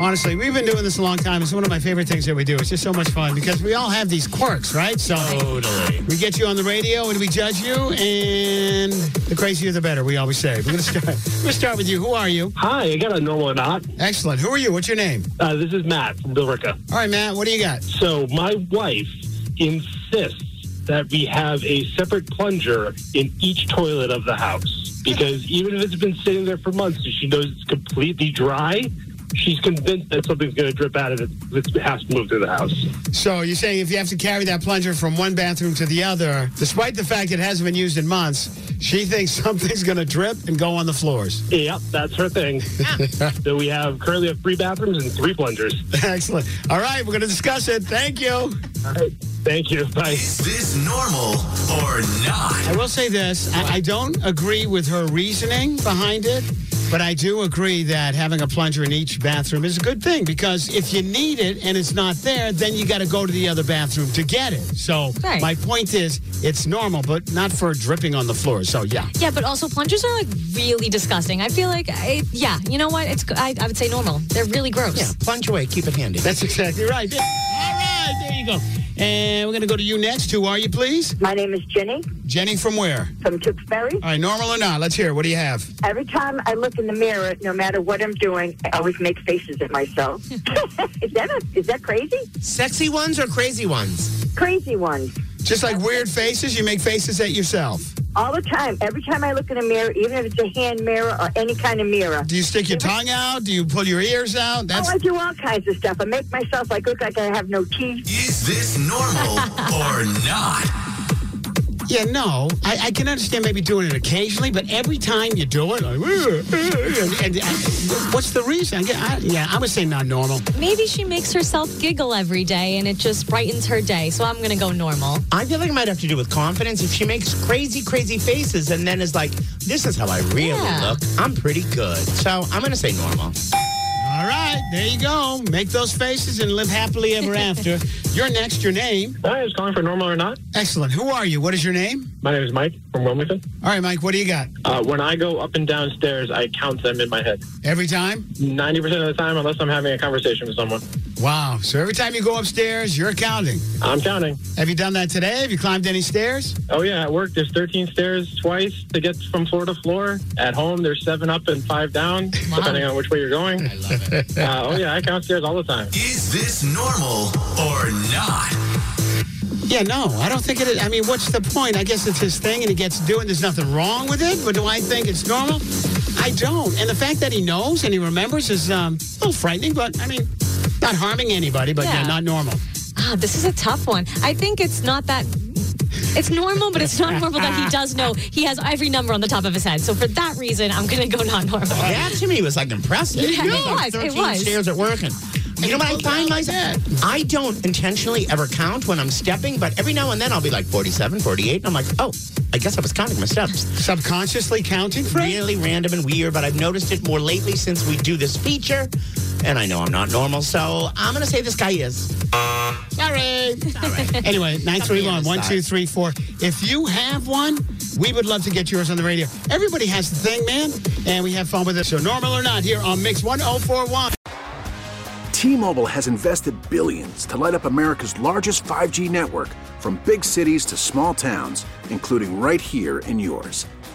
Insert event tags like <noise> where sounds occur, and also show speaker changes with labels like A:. A: Honestly, we've been doing this a long time. It's one of my favorite things that we do. It's just so much fun because we all have these quirks, right? So
B: Totally.
A: we get you on the radio and we judge you, and the crazier the better. We always say. We're gonna start. We're gonna start with you. Who are you?
C: Hi, I got a normal or not.
A: Excellent. Who are you? What's your name?
C: Uh, this is Matt from Billerica.
A: All right, Matt. What do you got?
C: So my wife insists that we have a separate plunger in each toilet of the house because even if it's been sitting there for months and she knows it's completely dry, she's convinced that something's going to drip out of it. It has to move through the house.
A: So you're saying if you have to carry that plunger from one bathroom to the other, despite the fact it hasn't been used in months, she thinks <laughs> something's gonna drip and go on the floors. <laughs>
C: Yep, that's her thing. <laughs> so we have currently have three bathrooms and three plungers.
A: Excellent. All right, we're gonna discuss it. Thank you.
C: All right, thank you. Bye.
B: Is this normal or not?
A: I will say this I, I don't agree with her reasoning behind it, but I do agree that having a plunger in each bathroom is a good thing because if you need it and it's not there, then you got to go to the other bathroom to get it. So
D: Right.
A: my point is it's normal, but not for dripping on the floor. So yeah.
D: Yeah, but also plungers are like really disgusting. I feel like, I, yeah, you know what? It's I, I would say normal. They're really gross.
E: Yeah, plunge away. Keep it handy.
A: That's exactly right. All right, there you go. And we're going to go to you next. Who are you, please?
F: My name is Jenny
A: Jenny from where?
F: from Tewksbury.
A: All right, normal or not? Let's hear it. What do you have?
F: Every time I look in the mirror, no matter what I'm doing, I always make faces at myself. <laughs> is that a, is that crazy?
E: Sexy ones or crazy ones?
F: Crazy ones.
A: Just like weird faces, you make faces at yourself.
F: All the time. Every time I look in a mirror, even if it's a hand mirror or any kind of mirror.
A: Do you stick your tongue out? Do you pull your ears out? That's
F: Oh, I do all kinds of stuff. I make myself like look like I have no teeth.
B: Is this normal or not?
A: yeah, no. I, I can understand maybe doing it occasionally, but every time you do it, like, <laughs> and, and I- what's the reason? I, get- I- yeah, I would say not normal.
D: Maybe she makes herself giggle every day and it just brightens her day. So I'm going to go normal.
E: I feel like it might have to do with confidence. If she makes crazy, crazy faces and then is like, this is how I really
D: Yeah.
E: look, I'm pretty good. So I'm going to say normal.
A: All right, there you go. Make those faces and live happily ever after. You're next. Your name.
C: Hi, I was calling for normal or not.
A: Excellent. Who are you? What is your name?
C: My name is Mike from Wilmington.
A: All right, Mike. What do you got?
C: Uh, when I go up and downstairs, I count them in my head.
A: Every time?
C: 90% of the time, unless I'm having a conversation with someone.
A: Wow. So every time you go upstairs, you're counting.
C: I'm counting.
A: Have you done that today? Have you climbed any stairs?
C: Oh, yeah, at work, there's 13 stairs twice to get from floor to floor. At home, there's seven up and five down, depending on which way you're going. I love it. Uh, oh, yeah, I count stairs all the time.
B: Is this normal or not?
A: Yeah, no. I don't think it is. I mean, what's the point? I guess it's his thing and he gets to do it. There's nothing wrong with it. But do I think it's normal? I don't. And the fact that he knows and he remembers is um, a little frightening, but I mean, not harming anybody, but yeah,
D: Yeah.
A: not normal.
D: Ah, this is a tough one. I think it's not that. It's normal, but it's not normal that he does know he has every number on the top of his head. So for that reason, I'm going to go not normal.
E: That to me was like impressive.
D: Yeah, it was,
E: Like
D: it
E: 13
D: was.
E: stairs at work and you know what I find like that? I don't intentionally ever count when I'm stepping, but every now and then I'll be like 47, 48, and I'm like, oh, I guess I was counting my steps.
A: Subconsciously counting for it?
E: Really random and weird, but I've noticed it more lately since we do this feature, and I know I'm not normal, so I'm gonna say this guy is.
A: Sorry. Anyway, 931 1234. If you have one, we would love to get yours on the radio. Everybody has the thing, man, and we have fun with it. So, normal or not, here on Mix 1041.
G: T-Mobile has invested billions to light up America's largest 5G network from big cities to small towns, including right here in yours.